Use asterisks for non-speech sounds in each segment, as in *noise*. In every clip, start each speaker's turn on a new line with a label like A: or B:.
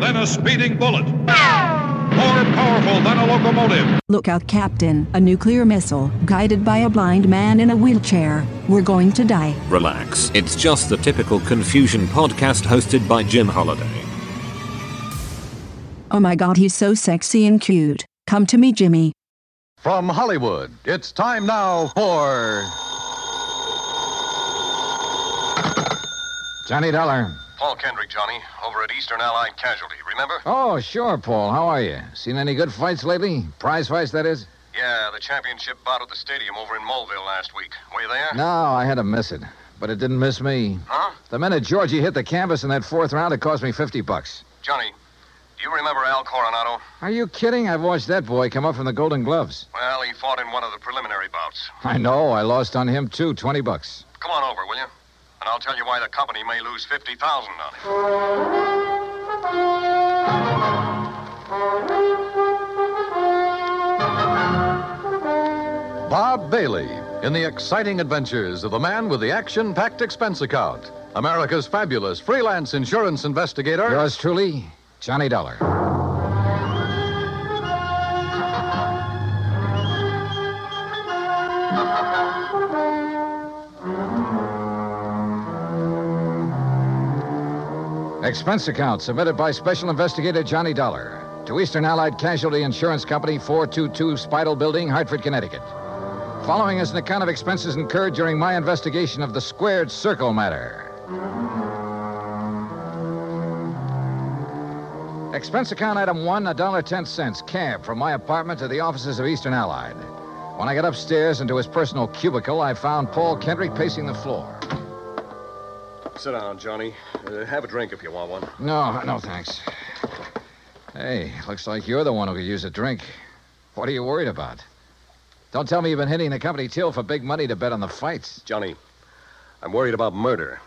A: than a speeding bullet, more powerful than a locomotive.
B: Lookout Captain, a nuclear missile, guided by a blind man in a wheelchair. We're going to die.
C: Relax, it's just the typical confusion podcast hosted by Jim Holiday.
B: Oh my god, he's so sexy and cute. Come to me, Jimmy.
D: From Hollywood, it's time now for. Johnny Dollar.
E: Paul Kendrick, Johnny, over at Eastern Allied Casualty, remember?
D: Oh, sure, Paul. How are you? Seen any good fights lately? Prize fights, that is?
E: Yeah, the championship bout at the stadium over in Mulville last week. Were you there?
D: No, I had to miss it. But it didn't miss me.
E: Huh?
D: The minute Georgie hit the canvas in that fourth round, it cost me 50 bucks.
E: Johnny, do you remember Al Coronado?
D: Are you kidding? I've watched that boy come up from the Golden Gloves.
E: Well, he fought in one of the preliminary bouts.
D: I know. I lost on him, too. 20 bucks.
E: Come on over, will you? And I'll tell you why the company may lose 50000 on it.
D: Bob Bailey in the exciting adventures of the man with the action packed expense account. America's fabulous freelance insurance investigator. Yours truly, Johnny Dollar. Expense account submitted by Special Investigator Johnny Dollar to Eastern Allied Casualty Insurance Company, 422 Spital Building, Hartford, Connecticut. Following is an account of expenses incurred during my investigation of the squared circle matter. Expense account item one, $1.10, cab from my apartment to the offices of Eastern Allied. When I got upstairs into his personal cubicle, I found Paul Kendrick pacing the floor.
E: Sit down, Johnny. Uh, have a drink if you want one.
D: No, no, thanks. Hey, looks like you're the one who could use a drink. What are you worried about? Don't tell me you've been hitting the company till for big money to bet on the fights.
E: Johnny, I'm worried about murder.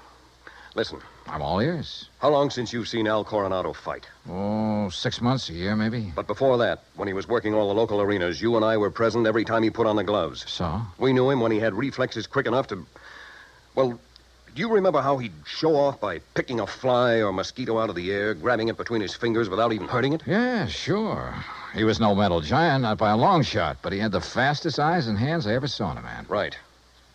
E: Listen,
D: I'm all ears.
E: how long since you've seen Al Coronado fight?
D: Oh, six months, a year maybe.
E: But before that, when he was working all the local arenas, you and I were present every time he put on the gloves.
D: So?
E: We knew him when he had reflexes quick enough to. Well, do you remember how he'd show off by picking a fly or mosquito out of the air, grabbing it between his fingers without even hurting it?
D: Yeah, sure. He was no metal giant, not by a long shot, but he had the fastest eyes and hands I ever saw in a man.
E: Right.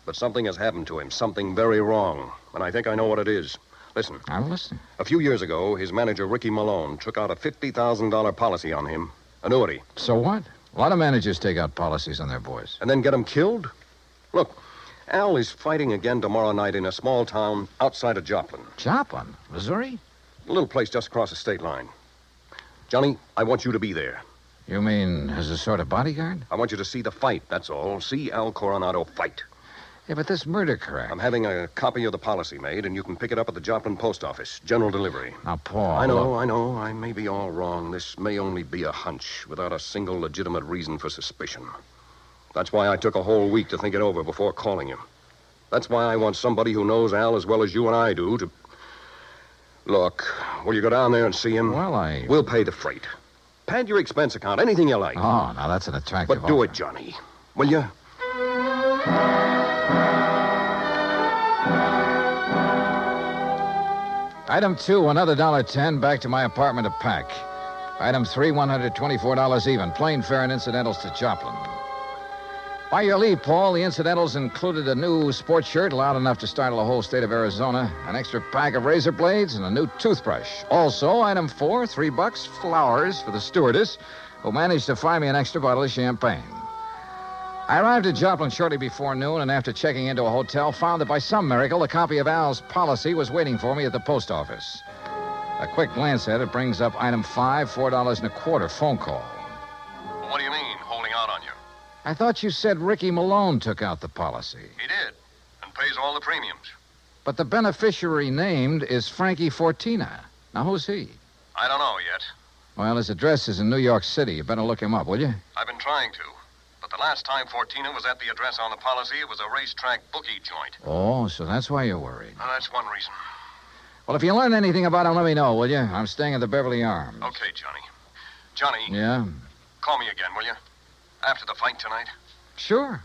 E: But something has happened to him, something very wrong. And I think I know what it is. Listen,
D: I'm listening.
E: a few years ago, his manager, Ricky Malone, took out a $50,000 policy on him, annuity,
D: So what? A lot of managers take out policies on their boys.
E: and then get him killed? Look, Al is fighting again tomorrow night in a small town outside of Joplin.
D: Joplin, Missouri?
E: A little place just across the state line. Johnny, I want you to be there.
D: You mean as a sort of bodyguard?
E: I want you to see the fight, that's all. See Al Coronado fight.
D: Yeah, but this murder crack.
E: I'm having a copy of the policy made, and you can pick it up at the Joplin Post Office. General delivery.
D: Now, Paul.
E: I know,
D: look,
E: I know. I may be all wrong. This may only be a hunch without a single legitimate reason for suspicion. That's why I took a whole week to think it over before calling you. That's why I want somebody who knows Al as well as you and I do to. Look, will you go down there and see him?
D: Well, I-
E: We'll pay the freight. Pad your expense account, anything you like.
D: Oh, now that's an attractive.
E: but do it,
D: offer.
E: Johnny. Will you?
D: Item two, another dollar ten back to my apartment to pack. Item three, one hundred twenty-four dollars even, plain fare and incidentals to Joplin. By your leave, Paul, the incidentals included a new sports shirt loud enough to startle the whole state of Arizona, an extra pack of razor blades, and a new toothbrush. Also, item four, three bucks, flowers for the stewardess, who managed to find me an extra bottle of champagne. I arrived at Joplin shortly before noon, and after checking into a hotel, found that by some miracle, a copy of Al's policy was waiting for me at the post office. A quick glance at it brings up item five, four dollars and a quarter phone call.
E: What do you mean, holding out on you?
D: I thought you said Ricky Malone took out the policy,
E: He did, and pays all the premiums.
D: but the beneficiary named is Frankie Fortina. Now, who's he?
E: I don't know yet.
D: Well, his address is in New York City. You better look him up, will you?
E: I've been trying to. But the last time Fortina was at the address on the policy, it was a racetrack bookie joint.
D: Oh, so that's why you're worried.
E: Now, that's one reason.
D: Well, if you learn anything about him, let me know, will you? I'm staying at the Beverly Arms.
E: Okay, Johnny. Johnny,
D: Yeah?
E: call me again, will you? After the fight tonight?
D: Sure.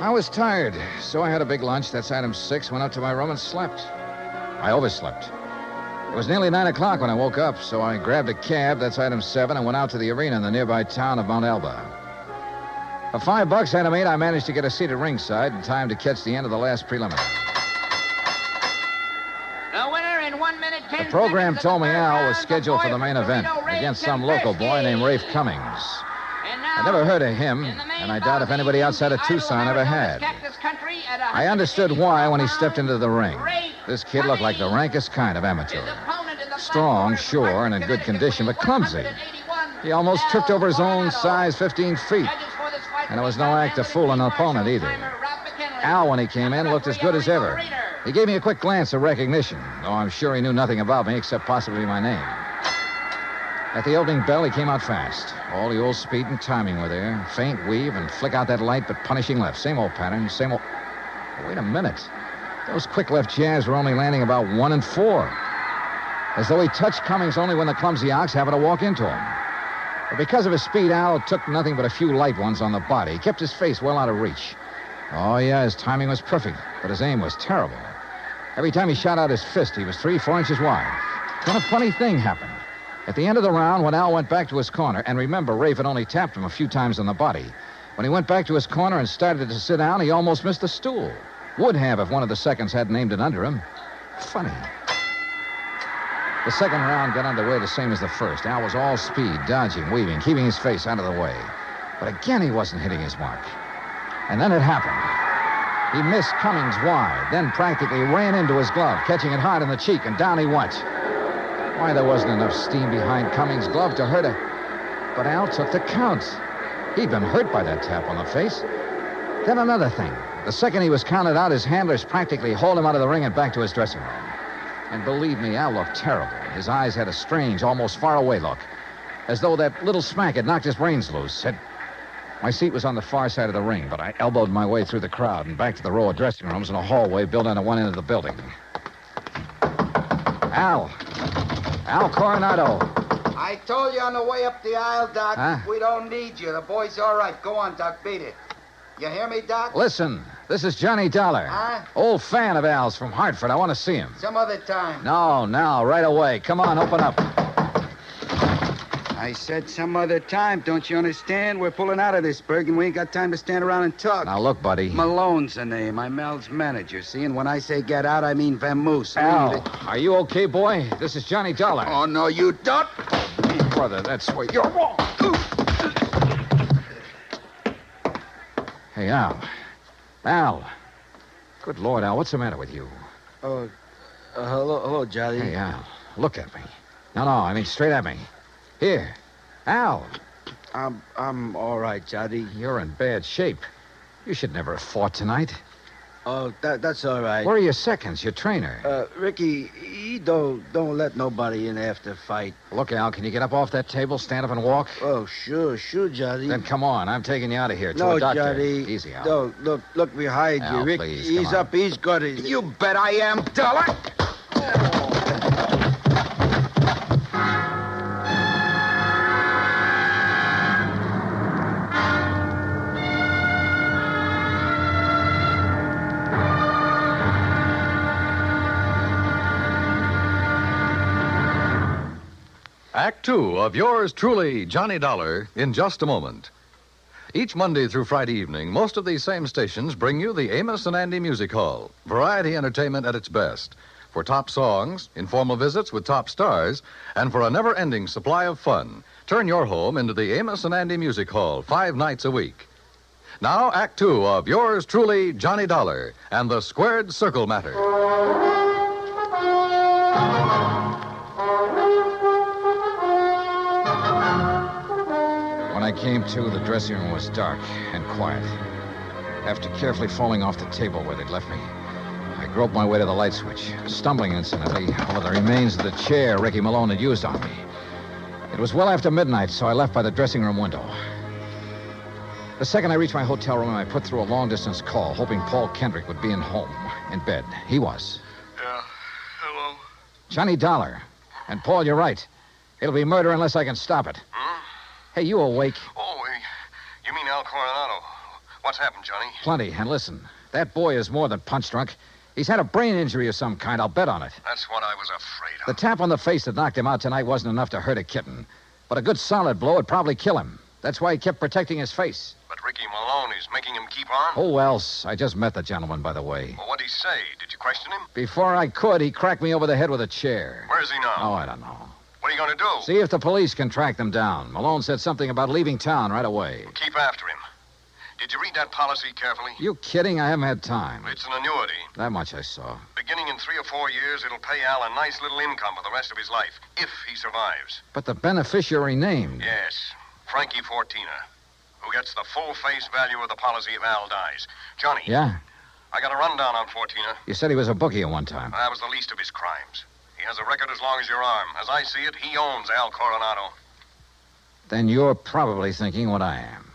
D: I was tired, so I had a big lunch. That's item six. Went up to my room and slept. I overslept. It was nearly nine o'clock when I woke up, so I grabbed a cab. That's item seven, and went out to the arena in the nearby town of Mount Alba. For five bucks, item eight, I managed to get a seat at ringside in time to catch the end of the last preliminary.
F: The winner in one minute, ten
D: The program
F: seconds of
D: told me
F: third
D: Al
F: round,
D: was
F: the
D: scheduled for
F: boy
D: the main
F: from
D: event
F: Toledo, Ray
D: against some local boy
F: Kempersky.
D: named Rafe Cummings.
F: And now,
D: I never heard of him,
F: in the main
D: and I doubt if
F: ballot,
D: anybody outside of
F: the idol
D: Tucson ever
F: Arizona's
D: had.
F: kept this country at
D: I understood
F: 184
D: why when he
F: pounds.
D: stepped into the ring.
F: Ray
D: This kid looked like the
F: Cummings.
D: rankest kind of amateur.
F: His opponent in the
D: Strong,
F: fight for
D: sure,
F: Department
D: and in good condition, but clumsy.
F: 181,
D: He almost
F: Al
D: tripped over his own
F: Coronado.
D: size 15 feet.
F: Judges for this fight
D: And it was
F: will be
D: no
F: Tom
D: act of
F: Hanlon,
D: fooling an
F: Steve
D: opponent
F: Marshall,
D: either.
F: timer Ralph McKinley.
D: Al, when he came in, looked as good as ever. He gave me a quick glance of recognition, though I'm sure he knew nothing about me except possibly my name. At the opening bell, he came out fast. All the old speed and timing were there. Faint weave and flick out that light, but punishing left. Same old pattern, same old. Wait a minute. Those quick left jabs were only landing about one and four. As though he touched Cummings only when the clumsy ox happened to walk into him. But because of his speed, Al took nothing but a few light ones on the body. He kept his face well out of reach. Oh, yeah, his timing was perfect, but his aim was terrible. Every time he shot out his fist, he was three, four inches wide. Then a funny thing happened. At the end of the round, when Al went back to his corner, and remember, Rafe had only tapped him a few times on the body. When he went back to his corner and started to sit down, he almost missed the stool. Would have if one of the seconds hadn't aimed it under him. Funny. The second round got underway the same as the first. Al was all speed, dodging, weaving, keeping his face out of the way. But again, he wasn't hitting his mark. And then it happened. He missed Cummings wide, then practically ran into his glove, catching it hard in the cheek, and down he went. Why, there wasn't enough steam behind Cummings' glove to hurt it. But Al took the count. He'd been hurt by that tap on the face. Then another thing. The second he was counted out, his handlers practically hauled him out of the ring and back to his dressing room. And believe me, Al looked terrible. His eyes had a strange, almost faraway look, as though that little smack had knocked his brains loose. Had... My seat was on the far side of the ring, but I elbowed my way through the crowd and back to the row of dressing rooms in a hallway built into one end of the building. Al. Al Coronado.
G: I told you on the way up the aisle, Doc,
D: Huh?
G: we don't need you. The boy's all right. Go on, Doc. Beat it. You hear me, Doc?
D: Listen, this is Johnny Dollar.
G: Huh?
D: Old fan of Al's from Hartford. I want to see him.
G: Some other time.
D: No, now, right away. Come on, open up.
G: I said some other time. Don't you understand? We're pulling out of this, Berg, and we ain't got time to stand around and talk.
D: Now, look, buddy.
G: Malone's the name. I'm Al's manager, see? And when I say get out, I mean vamoose.
D: Al, are you okay, boy? This is Johnny Dollar.
G: Oh, no, you don't.
D: brother, that's where you're
G: Oh,
D: wrong. Hey, Al. Al. Good Lord, Al, what's the matter with you?
G: Oh, uh, hello, hello, Johnny.
D: Hey, Al, look at me. No, no, I mean straight at me. Here. Al,
G: I'm, I'm all right, Johnny.
D: you're in bad shape. You should never have fought tonight.
G: Oh, that, that's all right.
D: Where are your seconds, your trainer?
G: Uh, Ricky, he don't don't let nobody in after fight.
D: look, Al, can you get up off that table, stand up, and walk?
G: Oh, sure, sure, Johnny.
D: Then come on. I'm taking you out of here to
G: no,
D: a doctor.
G: Johnny.
D: Easy, Al.
G: No, look, look behind
D: Al,
G: you, Ricky.
D: please, come
G: he's
D: on.
G: up. He's got it.
E: You bet I am, Dollar.
H: Act two of yours truly, Johnny Dollar, in just a moment. Each Monday through Friday evening, most of these same stations bring you the Amos and Andy Music Hall, variety entertainment at its best, for top songs, informal visits with top stars, and for a never ending supply of fun. Turn your home into the Amos and Andy Music Hall five nights a week. Now, Act two of yours truly, Johnny Dollar, and the Squared Circle Matter.
D: When I came to, the dressing room was dark and quiet. After carefully falling off the table where they'd left me, I groped my way to the light switch, stumbling incidentally over the remains of the chair Ricky Malone had used on me. It was well after midnight, so I left by the dressing room window. The second I reached my hotel room, I put through a long distance call, hoping Paul Kendrick would be in home, in bed. He was.
I: Yeah. Hello.
D: Johnny Dollar. And Paul, you're right. It'll be murder unless I can stop it. Hey, you awake?
I: Oh, eh, you mean Al Coronado?
E: What's happened, Johnny?
D: Plenty. And listen, that boy is more than punch drunk. He's had a brain injury of some kind. I'll bet on it.
E: That's what I was afraid
D: The tap on the face that knocked him out tonight wasn't enough to hurt a kitten, but a good solid blow would probably kill him. That's why he kept protecting his face.
E: But Ricky Malone is making him keep on?
D: Who else? I just met the gentleman, by the way.
E: Well, what'd he say? Did you question him?
D: Before I could, he cracked me over the head with a chair.
E: Where is he now?
D: Oh, I don't know.
E: What are you going to do?
D: See if the police can track them down. Malone said something about leaving town right away.
E: Keep after him. Did you read that policy carefully?
D: You kidding? I haven't had time.
E: It's an annuity.
D: That much I saw.
E: Beginning in three or four years, it'll pay Al a nice little income for the rest of his life, if he survives.
D: But the beneficiary named.
E: Yes, Frankie Fortina, who gets the full face value of the policy if Al dies. Johnny,
D: Yeah?
E: I got a rundown on Fortina.
D: You said he was a bookie at one time.
E: That was the least of his crimes. He has a record as long as your arm. As I see it, he owns Al Coronado.
D: Then you're probably thinking what I am.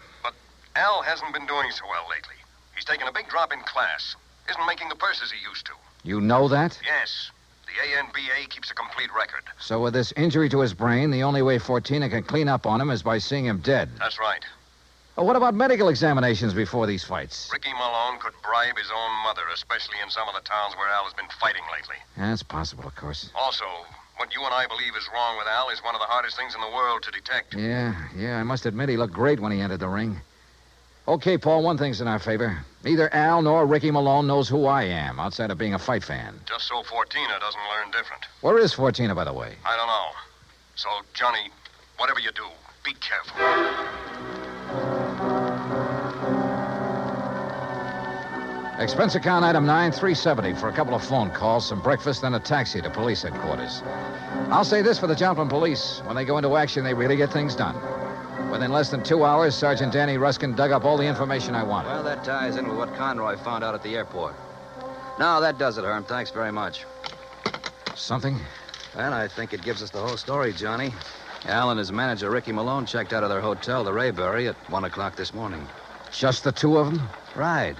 E: Al hasn't been doing so well lately. He's taken a big drop in class. Isn't making the purses he used to.
D: You know that?
E: Yes. The ANBA keeps a complete record.
D: So, with this injury to his brain, the only way Fortina can clean up on him is by seeing him dead.
E: That's right.
D: Oh, what about medical examinations before these fights?
E: Ricky Malone could bribe his own mother, especially in some of the towns where Al has been fighting lately.
D: Yeah, it's possible, of course.
E: Also, what you and I believe is wrong with Al is one of the hardest things in the world to detect.
D: Yeah, yeah, I must admit he looked great when he entered the ring. Okay, Paul, one thing's in our favor. Neither Al nor Ricky Malone knows who I am, outside of being a fight fan.
E: Just so Fortina doesn't learn different.
D: Where is Fortina, by the way?
E: I don't know. So, Johnny, whatever you do, be careful.
D: Expense account item 9370 for a couple of phone calls, some breakfast, then a taxi to police headquarters. I'll say this for the Joplin police. When they go into action, they really get things done. Within less than two hours, Sergeant Danny Ruskin dug up all the information I wanted.
J: Well, that ties in with what Conroy found out at the airport. Now, that does it, Herm. Thanks very much.
D: Something?
J: And I think it gives us the whole story, Johnny. Al and his manager, Ricky Malone, checked out of their hotel, the Rayberry, at 1 o'clock this morning.
D: Just the two of them?
J: Right.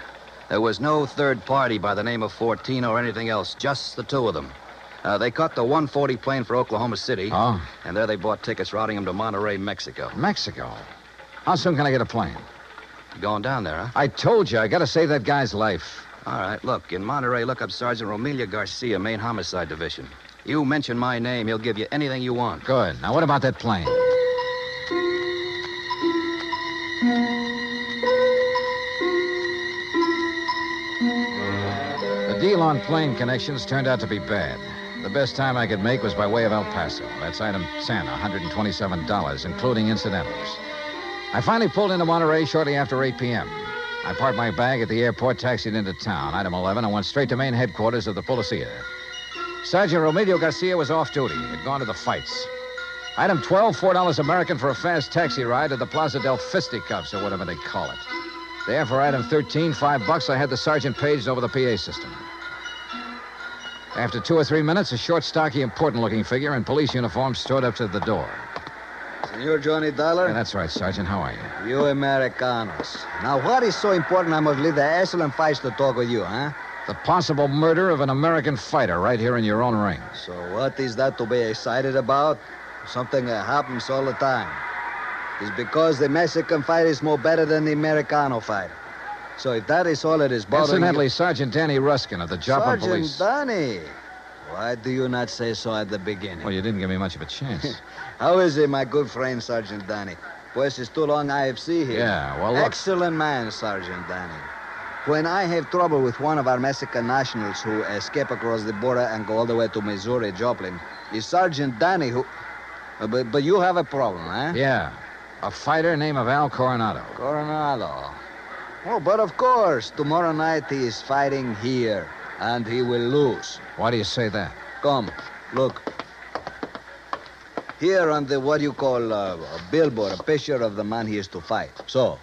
J: There was no third party by the name of 14 or anything else, just the two of them. Uh, they caught the 140 plane for Oklahoma City,
D: Oh,
J: and there they bought tickets routing them to Monterey, Mexico.
D: Mexico. How soon can I get a plane?
J: Going down there, huh?
D: I told you, I gotta save that guy's life.
J: All right, look, in Monterey, look up Sergeant Romelia Garcia, Main Homicide Division. You mention my name, he'll give you anything you want.
D: Good. Now, what about that plane? The deal on plane connections turned out to be bad. The best time I could make was by way of El Paso. That's item 10, $127, including incidentals. I finally pulled into Monterey shortly after 8 p.m. I parked my bag at the airport, taxied into town, item 11, and went straight to main headquarters of the Policia. Sergeant Romilio Garcia was off duty, had gone to the fights. Item 12, $4 American for a fast taxi ride to the Plaza del Fisticuffs, or whatever they call it. There for item 13, five bucks, I had the sergeant paged over the PA system. After two or three minutes, a short, stocky, important looking figure in police uniform strode up to the door.
J: Senor Johnny
D: Yeah,
J: Dollar,
D: that's right, Sergeant. How are you?
J: you Americanos. Now, what is so important I must leave the excellent fights to talk with you, huh?
D: The possible murder of an American fighter right here in your own ring.
J: So, what is that to be excited about? Something that happens all the time. It's because the Mexican fight is more better than the Americano fight. So, if that is all it is bothering you-
D: Incidentally, Sergeant Danny Ruskin of the Joplin
J: Sergeant
D: Police.
J: Donnie, why do you not say so at the beginning?
D: Well, you didn't give me much of a
J: *laughs*
D: chance.
J: How is it, my good friend, Sergeant Danny? Pues it's too long IFC here.
D: Yeah, well, look.
J: Excellent man, Sergeant Danny. When I have trouble with one of our Mexican nationals who escape across the border and go all the way to Missouri, Joplin, it's Sergeant Danny who... Uh, But, but you have a problem, eh?
D: Yeah. A fighter name of Al Coronado.
J: Coronado. Oh, but of course, tomorrow night he is fighting here, and he will lose.
D: Why do you say that?
J: Come, look. Here on the what you call uh, a billboard, a picture of the man he is to fight. So,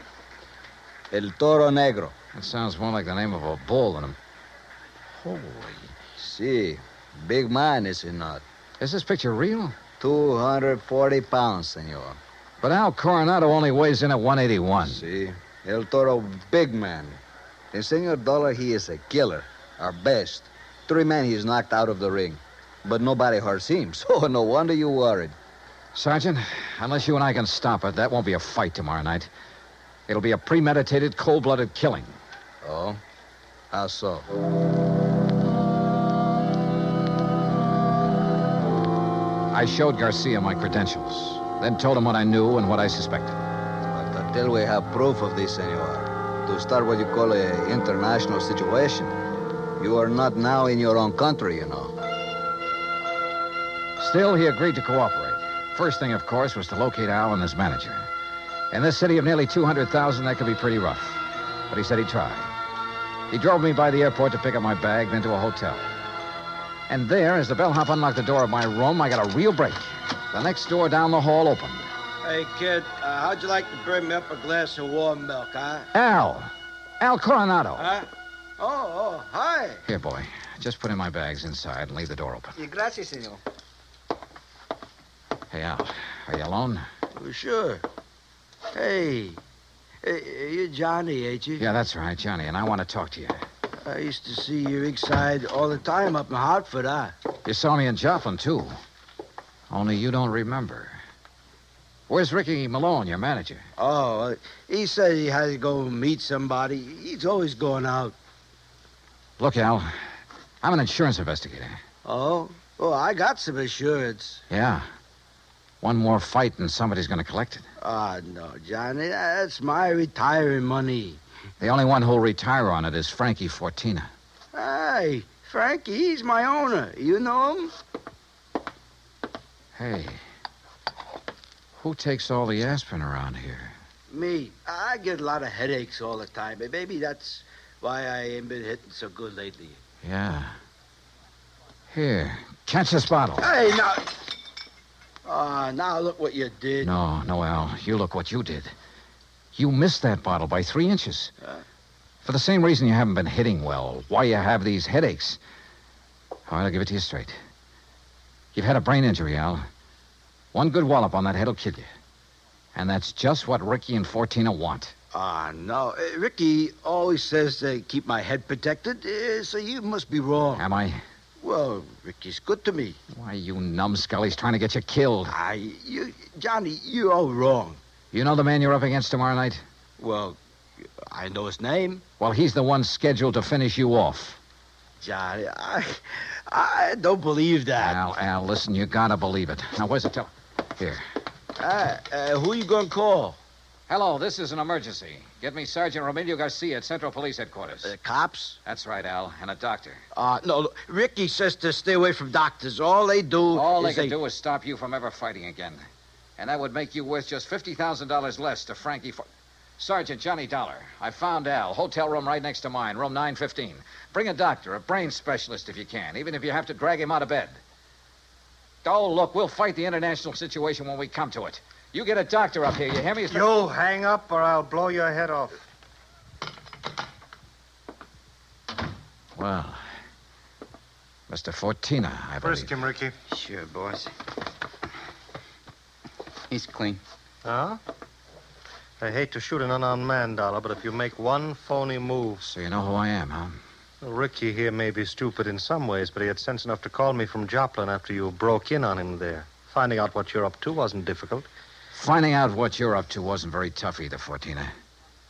J: El Toro Negro.
D: That sounds more like the name of a bull than a. Holy.
J: See, big man, is he not?
D: Is this picture real?
J: 240 pounds, senor.
D: But Al Coronado only weighs in at 181.
J: See, El Toro, big man. And Senor Dollar, he is a killer, our best. Three men he's knocked out of the ring. But nobody hurts him, *laughs* so no wonder you worried.
D: Sergeant, unless you and I can stop it, that won't be a fight tomorrow night. It'll be a premeditated, cold blooded killing.
K: Oh? How so?
D: I showed Garcia my credentials, then told him what I knew and what I suspected.
K: But until we have proof of this, senor, to start what you call a international situation, you are not now in your own country, you know.
D: Still, he agreed to cooperate. First thing, of course, was to locate Al and his manager. In this city of nearly 200,000, that could be pretty rough. But he said he'd try. He drove me by the airport to pick up my bag, then to a hotel. And there, as the bellhop unlocked the door of my room, I got a real break. The next door down the hall opened.
L: Hey, kid, uh, how'd you like to bring me up a glass of warm milk, huh?
D: Al! Al Coronado!
L: Huh? Oh, oh, hi.
D: Here, boy. Just put in my bags inside and leave the door open.
L: Gracias, senor.
D: Hey, Al, are you alone?
J: Oh, Sure. Hey, hey, you're Johnny, ain't you?
D: Yeah, that's right, Johnny, and I want to talk to you.
J: I used to see you ringside all the time up in Hartford, huh?
D: You saw me in Joplin, too. Only you don't remember. Where's Ricky Malone, your manager?
J: Oh, uh, he said he had to go meet somebody. He's always going out.
D: Look, Al, I'm an insurance investigator.
J: Oh? Oh, I got some insurance.
D: Yeah. One more fight and somebody's going to collect it.
J: Ah, no, Johnny, that's my retiring money.
D: The only one who'll retire on it is Frankie Fortina.
J: Hey, Frankie, he's my owner. You know him?
D: Hey, who takes all the aspirin around here?
J: Me. I get a lot of headaches all the time. and Maybe that's why I ain't been hitting so good lately.
D: Yeah. Here, catch this bottle.
J: Hey, now. Ah, now look what you did.
D: No, no, Al. You look what you did. You missed that bottle by three inches. For the same reason you haven't been hitting well, why you have these headaches. All right, I'll give it to you straight. You've had a brain injury, Al. One good wallop on that head'll kill you. And that's just what Ricky and Fortina want.
J: Ah, no. Uh, Ricky always says to keep my head protected, uh, so you must be wrong.
D: Am I?
J: Well, Ricky's good to me.
D: Why, you numbskull, he's trying to get you killed.
J: I, you, Johnny, you're all wrong.
D: You know the man you're up against tomorrow night?
J: Well, I know his name.
D: Well, he's the one scheduled to finish you off.
J: Johnny, I, I don't believe that.
D: Al, Al, listen, you gotta believe it. Now, where's the telephone? Here.
J: Uh, uh, who you gonna call?
D: Hello, this is an emergency. Get me Sergeant Romilio Garcia at Central Police Headquarters.
J: The cops?
D: That's right, Al, and a doctor.
J: Uh, no, look, Ricky says to stay away from doctors. All they do
D: All they
J: is
D: can do is stop you from ever fighting again. And that would make you worth just $50,000 less to Frankie for. Sergeant Johnny Dollar, I found Al. Hotel room right next to mine, room 915. Bring a doctor, a brain specialist if you can, even if you have to drag him out of bed. Oh, look, we'll fight the international situation when we come to it. You get a doctor up here, you hear me? It's-
M: You hang up or I'll blow your head off.
D: Well, Mr. Fortina, I believe.
M: Frisk him, Ricky.
N: Sure, boss. He's clean.
M: Huh? I hate to shoot an unarmed man, Dollar, but if you make one phony move.
D: So you know who I am, huh?
M: Ricky here may be stupid in some ways, but he had sense enough to call me from Joplin after you broke in on him there. Finding out what you're up to wasn't difficult.
D: Finding out what you're up to wasn't very tough either, Fortina.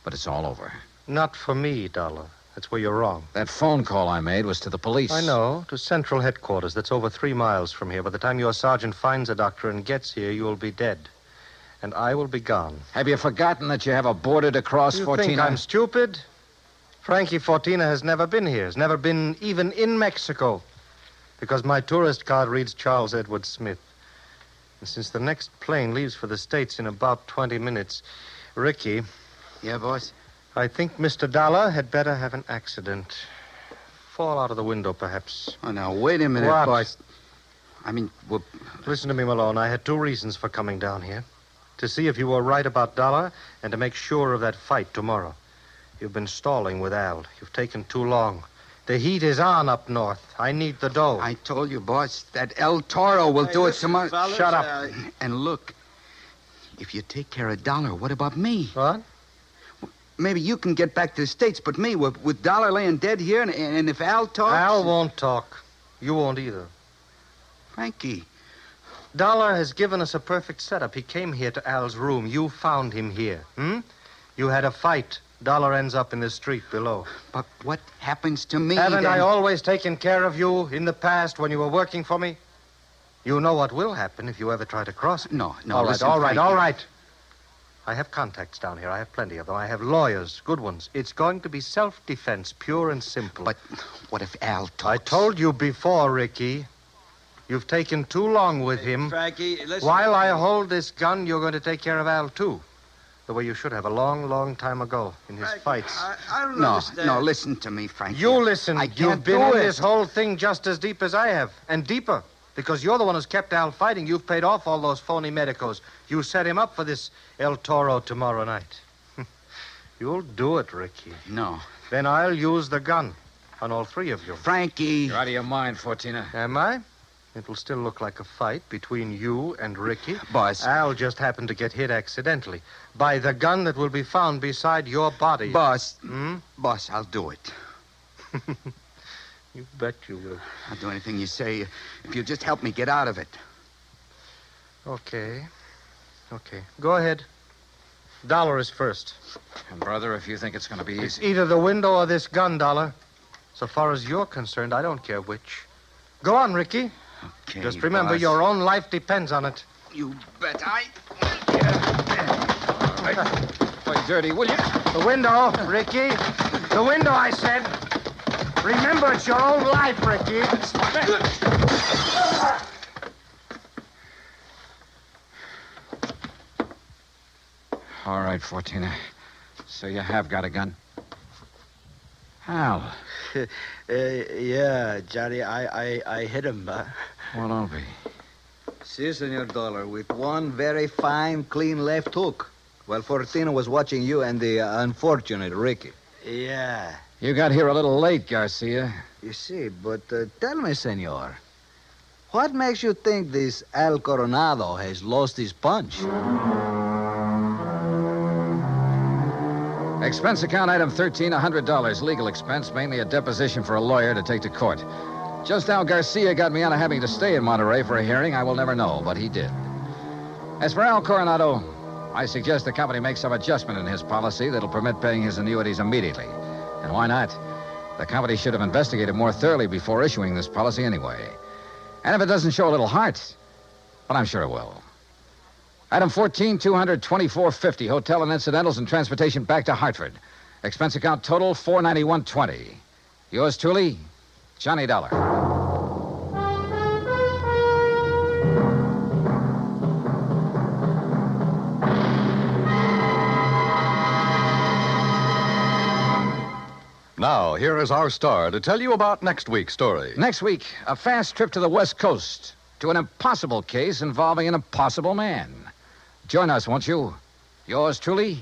D: But it's all over.
M: Not for me, Dollar. That's where you're wrong.
D: That phone call I made was to the police.
M: I know. To central headquarters. That's over three miles from here. By the time your sergeant finds a doctor and gets here, you'll be dead. And I will be gone.
D: Have you forgotten that you have a border to cross,
M: you
D: Fortina?
M: think I'm stupid? Frankie Fortina has never been here. Has never been even in Mexico. Because my tourist card reads Charles Edward Smith. And since the next plane leaves for the States in about 20 minutes, Ricky,
N: Yeah, boss?
M: I think Mr. Dollar had better have an accident. Fall out of the window, perhaps.
N: Oh, now, wait a minute,
M: What?
N: boss. I mean, well,
M: Listen to me, Malone. I had two reasons for coming down here to see if you were right about Dollar and to make sure of that fight tomorrow. You've been stalling with Al. You've taken too long. The heat is on up north. I need the dough.
N: I told you, boss, that El Toro will do it tomorrow.
J: fellas,
M: Shut up.
J: uh,
N: And look, if you take care of Dollar, what about me?
M: What?
N: Maybe you can get back to the States, but me, with, with Dollar laying dead here, and, and if Al talks.
M: Al won't talk. You won't either.
N: Frankie.
M: Dollar has given us a perfect setup. He came here to Al's room. You found him here. Hmm? You had a fight. Dollar ends up in the street below.
G: But what happens to me?
M: Haven't I
G: then?
M: always taken care of you in the past when you were working for me? You know what will happen if you ever try to cross me.
G: No, no,
M: All right,
G: listen,
M: all right,
G: Frankie.
M: all right. I have contacts down here. I have plenty of them. I have lawyers, good ones. It's going to be self defense, pure and simple. But
G: what if Al talks?
M: I told you before, Ricky. You've taken too long with him.
O: Frankie, listen.
M: While I hold this gun, you're going to take care of Al, too. The way you should have a long, long time ago in his fights.
O: I, I don't
M: No,
O: understand.
G: No, listen to me, Frank.
M: You listen.
G: I can't
M: You've been
G: do
M: in
G: it.
M: this whole thing just as deep as I have, and deeper, because you're the one who's kept Al fighting. You've paid off all those phony medicos. You set him up for this El Toro tomorrow night. *laughs* You'll do it, Ricky.
G: No.
M: Then I'll use the gun on all three of you.
G: Frankie.
D: You're out of your mind, Fortina.
M: Am I? It'll still look like a fight between you and Ricky.
G: Boss.
M: Al just happened to get hit accidentally by the gun that will be found beside your body.
G: Boss.
M: Hmm?
G: Boss, I'll do it.
M: *laughs* You bet you will.
G: I'll do anything you say if you just help me get out of it.
M: Okay. Okay. Go ahead. Dollar is first.
D: Brother, if you think it's going to be
M: It's
D: easy.
M: either the window or this gun, Dollar. So far as you're concerned, I don't care which. Go on, Ricky.
G: Okay,
M: Just remember
G: boss.
M: your own life depends on it.
G: You bet I.
D: Play dirty, will you?
M: The window, Ricky. The window, I said. Remember, it's your own life, Ricky.
D: All right, Fortina. So you have got a gun.
J: *laughs*
D: Al,
I: Uh, yeah, Johnny, I, I, I hit him. Uh,
D: what I'll be.
J: Si, Senor Dollar, with one very fine, clean left hook. While Fortino was watching you and the uh, unfortunate Ricky.
I: yeah.
D: You got here a little late, Garcia.
J: You see, but uh, tell me, Senor, what makes you think this Al Coronado has lost his punch?
D: Expense account item 13, $100. Legal expense, mainly a deposition for a lawyer to take to court. Just how Garcia got me out of having to stay in Monterey for a hearing, I will never know, but he did. As for Al Coronado, I suggest the company make some adjustment in his policy that'll permit paying his annuities immediately. And why not? The company should have investigated more thoroughly before issuing this policy anyway. And if it doesn't show a little heart, but I'm sure it will. Item 14, 224.50, hotel and incidentals and transportation back to Hartford. Expense account total 491.20. Yours truly, Johnny Dollar.
H: Now, here is our star to tell you about next week's story.
D: Next week, a fast trip to the West Coast to an impossible case involving an impossible man. Join us, won't you? Yours truly,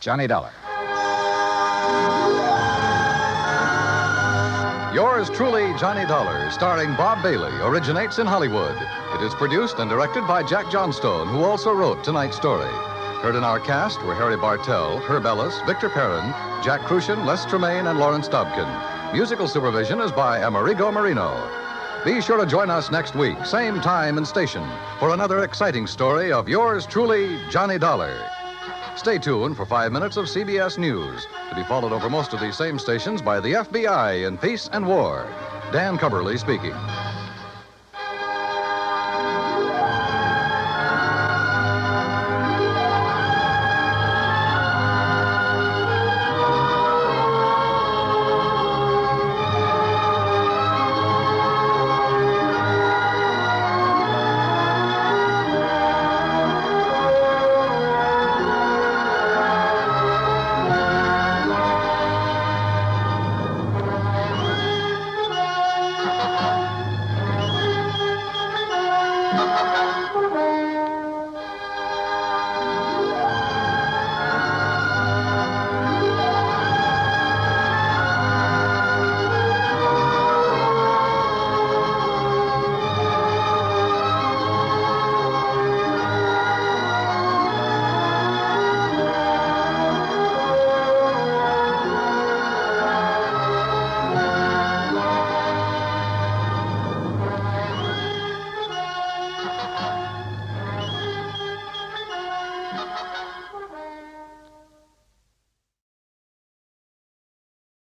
D: Johnny Dollar.
H: Yours truly, Johnny Dollar, starring Bob Bailey, originates in Hollywood. It is produced and directed by Jack Johnstone, who also wrote tonight's story. Heard in our cast were Harry Bartell, Herb Ellis, Victor Perrin, Jack Crucian, Les Tremaine, and Lawrence Dobkin. Musical supervision is by Amerigo Marino. Be sure to join us next week, same time and station, for another exciting story of yours truly, Johnny Dollar. Stay tuned for five minutes of CBS News, to be followed over most of these same stations by the FBI in Peace and War. Dan Cumberly speaking.